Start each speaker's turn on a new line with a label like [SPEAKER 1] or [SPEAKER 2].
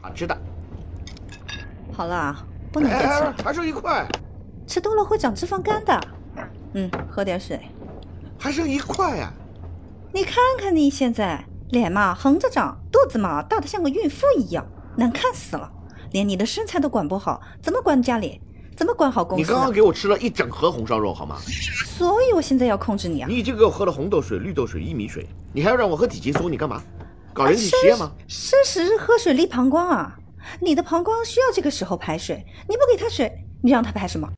[SPEAKER 1] 啊知道。哎
[SPEAKER 2] 好啦，不能再吃了，
[SPEAKER 1] 还剩一块，
[SPEAKER 2] 吃多了会长脂肪肝的。嗯，喝点水。
[SPEAKER 1] 还剩一块呀、
[SPEAKER 2] 你看看你现在脸嘛横着长，肚子嘛大的像个孕妇一样，难看死了。连你的身材都管不好，怎么管家里？怎么管好公司？
[SPEAKER 1] 你刚刚给我吃了一整盒红烧肉，好吗？
[SPEAKER 2] 所以我现在要控制你啊！
[SPEAKER 1] 你已经给我喝了红豆水、绿豆水、薏米水，你还要让我喝体激素，你干嘛？搞
[SPEAKER 2] 啊
[SPEAKER 1] 人体实验吗？
[SPEAKER 2] 事实喝水利膀胱啊，你的膀胱需要这个时候排水，你不给它水，你让它排什么？